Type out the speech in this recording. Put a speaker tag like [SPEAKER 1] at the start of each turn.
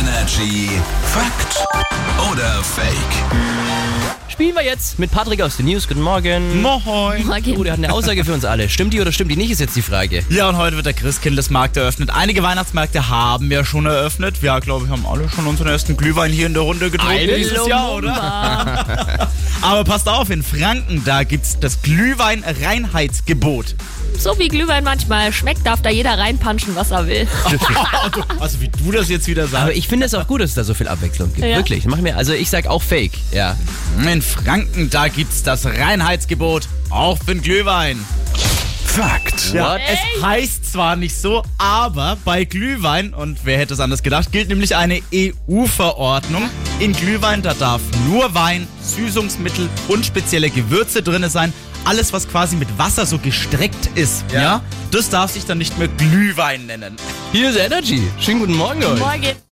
[SPEAKER 1] Energy Fakt oder Fake?
[SPEAKER 2] Spielen wir jetzt mit Patrick aus den News. Guten Morgen.
[SPEAKER 3] Moin.
[SPEAKER 2] Oh, der hat eine Aussage für uns alle. Stimmt die oder stimmt die nicht, ist jetzt die Frage.
[SPEAKER 3] Ja, und heute wird der Christkindlesmarkt eröffnet. Einige Weihnachtsmärkte haben ja schon eröffnet. Wir, glaube ich, haben alle schon unseren ersten Glühwein hier in der Runde getrunken
[SPEAKER 2] Eine
[SPEAKER 3] dieses Jahr, oder? Aber passt auf, in Franken, da gibt's das Glühwein-Reinheitsgebot.
[SPEAKER 4] So wie Glühwein manchmal schmeckt, darf da jeder reinpanschen, was er will.
[SPEAKER 3] Also wie du das jetzt wieder
[SPEAKER 2] Aber
[SPEAKER 3] sagst.
[SPEAKER 2] ich finde es auch gut, dass es da so viel Abwechslung gibt.
[SPEAKER 4] Ja.
[SPEAKER 2] Wirklich. Mach mir, also ich sag auch Fake. Ja.
[SPEAKER 3] In Franken, da gibt's das Reinheitsgebot. Auch für den Glühwein.
[SPEAKER 1] Fakt.
[SPEAKER 3] Ja,
[SPEAKER 2] What?
[SPEAKER 3] es heißt zwar nicht so, aber bei Glühwein, und wer hätte es anders gedacht, gilt nämlich eine EU-Verordnung. In Glühwein, da darf nur Wein, Süßungsmittel und spezielle Gewürze drin sein. Alles, was quasi mit Wasser so gestreckt ist, ja, das darf sich dann nicht mehr Glühwein nennen.
[SPEAKER 2] Hier ist Energy. Schönen guten Morgen euch.
[SPEAKER 4] Morgen.